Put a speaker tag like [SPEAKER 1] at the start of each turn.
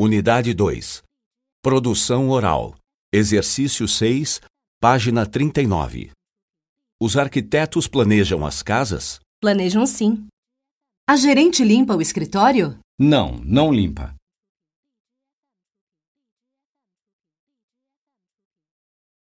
[SPEAKER 1] Unidade 2. Produção oral. Exercício 6, página 39. Os arquitetos planejam as casas?
[SPEAKER 2] Planejam sim. A gerente limpa o escritório?
[SPEAKER 3] Não, não limpa.